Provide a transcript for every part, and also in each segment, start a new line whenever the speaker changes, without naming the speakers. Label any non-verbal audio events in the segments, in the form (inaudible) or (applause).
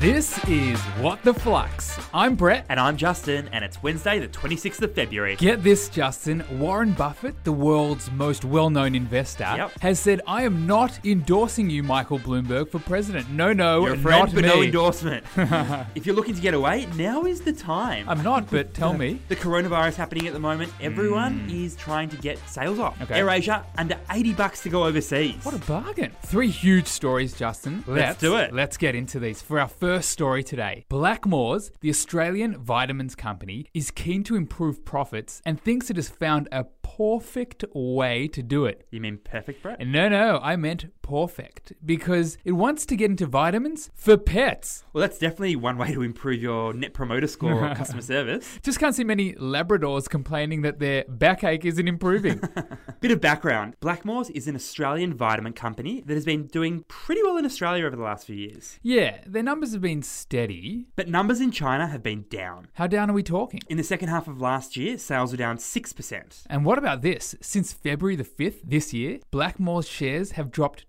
This is What the Flux. I'm Brett.
And I'm Justin, and it's Wednesday, the 26th of February.
Get this, Justin. Warren Buffett, the world's most well known investor,
Yep.
has said, I am not endorsing you, Michael Bloomberg, for president. No, no,
You're a friend,
not
but
me. (laughs)
no endorsement. if you're looking to get away, now is the time.
I'm not,
(laughs)
but tell me.
the coronavirus happening at the moment, everyone is trying to get sales off.
Mm. Okay.
AirAsia, under 80 bucks to go overseas.
What a bargain. Three huge stories, Justin.
Let's do it.
Let's get into these. For our first story today, Blackmores, the Australian vitamins company, is keen to improve profits and thinks it has found a perfect way to do it.
you mean perfect, Brett?
No, no, I meant perfect because it wants to get into vitamins for pets.
well, that's definitely one way to improve your net promoter score
(laughs)
or customer service.
Just can't see many Labradors complaining that their backache isn't improving.
Bit of background Blackmores is an Australian vitamin company that has been doing pretty well in Australia over the last few years.
yeah, their numbers have been steady.
But numbers in China have been down.
How down are we talking?
In the second half of last year, sales were down 6%.
And what about this? Since February the 5th this year, Blackmore's shares have dropped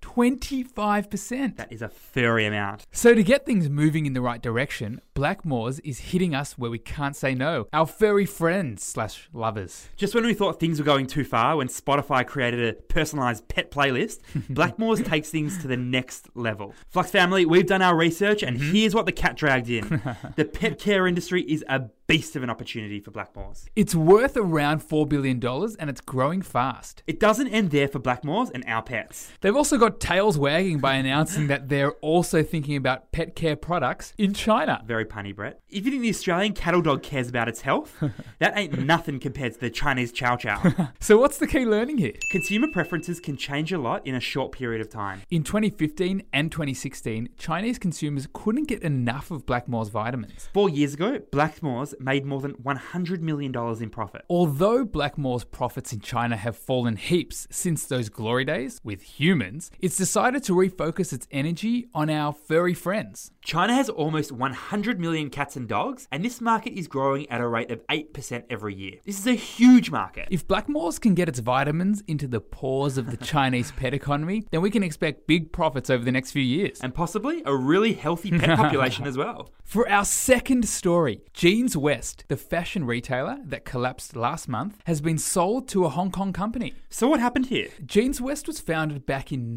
25%.
That is a furry amount.
So, to get things moving in the right direction, Blackmore's is hitting us where we can't say no. Our furry friends slash lovers.
Just when we thought things were going too far, when Spotify created a personalized pet playlist, Blackmores takes things to the next level. Flux family, we've done our research, and here's what the cat dragged in. the pet care industry is a beast of an opportunity for Blackmores.
It's worth around $4 billion and it's growing fast.
It doesn't end there for Blackmores and our pets.
They've also got tails wagging by announcing that they're also thinking about pet care products in China.
Very punny, Brett. If you think the Australian cattle dog cares about its health, that ain't nothing compared to the Chinese chow chow.
So, what's the key learning here?
Consumer preferences can change a lot in a short period of time.
In 2015 and 2016, Chinese consumers couldn't get enough of Blackmore's vitamins.
Four years ago, Blackmores made more than $100 million in profit.
Although Blackmore's profits in China have fallen heaps since those glory days with humans, it's decided to refocus its energy on our furry friends.
China has almost 100 million cats and dogs, and this market is growing at a rate of 8% every year. This is a huge market.
If Blackmore's can get its vitamins into the paws of the Chinese pet economy, then we can expect big profits over the next few years.
And possibly a really healthy pet population as well.
For our second story, Jeans West, the fashion retailer that collapsed last month, has been sold to a Hong Kong company.
So, what happened here?
Jeans West was founded back in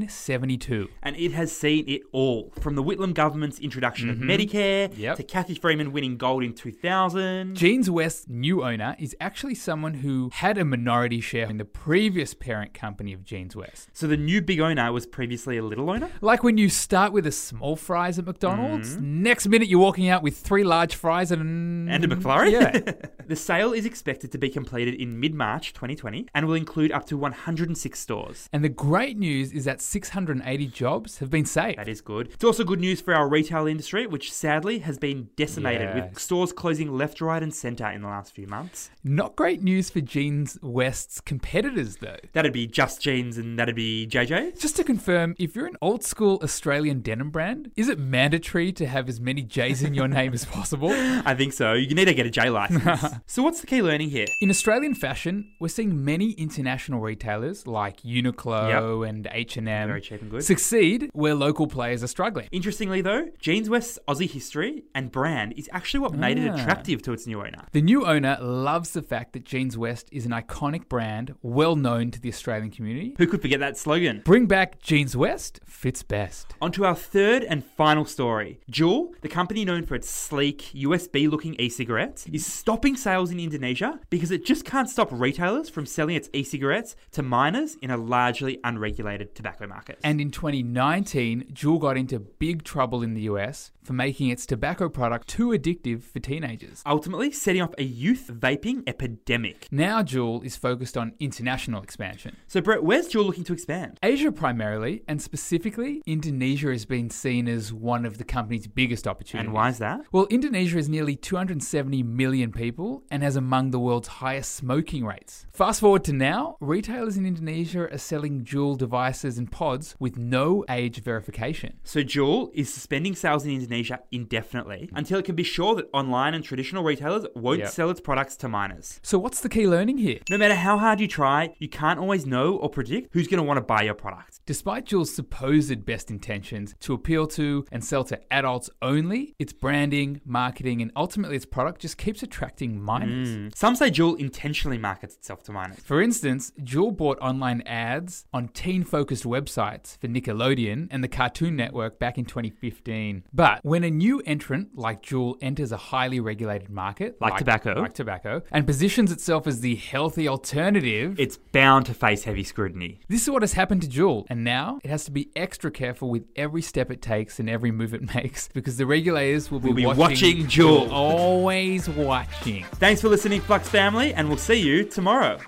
1972.
And it has seen it all from the Whitlam government's introduction of Medicare
Yep.
to Kathy Freeman winning gold in 2000.
Jeans West's new owner is actually someone who had a minority share in the previous parent company of Jeans West.
so, the new big owner was previously a little owner?
Like when you start with a small fries at McDonald's, next minute you're walking out with three large fries and
Mm-hmm. And a McFlurry? (laughs)
Yeah.
the sale is expected to be completed in mid March 2020 and will include up to 106 stores.
and the great news is that 680 jobs have been saved.
That is good. It's also good news for our retail industry, which sadly has been decimated with
Yes.
stores closing left, right, and centre in the last few months.
Not great news for Jeans West's competitors, though.
That'd be Just Jeans and that'd be JJ.
Just to confirm, if you're an old school Australian denim brand, is it mandatory to have as many J's in your name as
(laughs)
possible?
I think so. You need to get a J
(laughs)
license. so, what's the key learning here?
In Australian fashion, we're seeing many international retailers like Uniqlo and H&M
Very cheap and good.
succeed where local players are struggling.
Interestingly, though, Jeans West's Aussie history and brand is actually what made it
Ah.
attractive to its new owner.
The new owner loves the fact that Jeans West is an iconic brand well known to the Australian community.
Who could forget that slogan?
Bring back Jeans West fits best.
On to our third and final story. Juul, the company known for its sleek, USB looking e cigarettes, is stopping sales in Indonesia because it just can't stop retailers from selling its e cigarettes to minors in a largely unregulated tobacco market.
And in 2019, Juul got into big trouble in the US for making its tobacco product too addictive for teenagers.
ultimately setting off a youth vaping epidemic.
Now Juul is focused on international expansion.
So, Brett, where's Juul looking to expand?
Asia primarily, and specifically Indonesia has been seen as one of the company's biggest opportunities.
And why is that?
Well, Indonesia is nearly 270 million people and has among the world's highest smoking rates. Fast forward to now, retailers in Indonesia are selling Juul devices and pods with no age verification.
So, Juul is suspending sales in Indonesia Indonesia indefinitely until it can be sure that online and traditional retailers won't
Yep.
sell its products to minors.
So, what's the key learning here?
No matter how hard you try, you can't always know or predict who's going to want to buy your product.
Despite Juul's supposed best intentions to appeal to and sell to adults only, its branding, marketing, and ultimately its product just keeps attracting minors.
Mm. Some say Juul intentionally markets itself to minors.
For instance, Juul bought online ads on teen focused websites for Nickelodeon and the Cartoon Network back in 2015. But when a new entrant like Juul enters a highly regulated market,
Like tobacco.
like tobacco, and positions itself as the healthy alternative,
It's bound to face heavy scrutiny.
this is what has happened to Juul, and now it has to be extra careful with every step it takes and every move it (laughs) makes because the regulators will be,
We'll be watching Juul.
Always watching.
Thanks for listening, Flux family, and we'll see you tomorrow.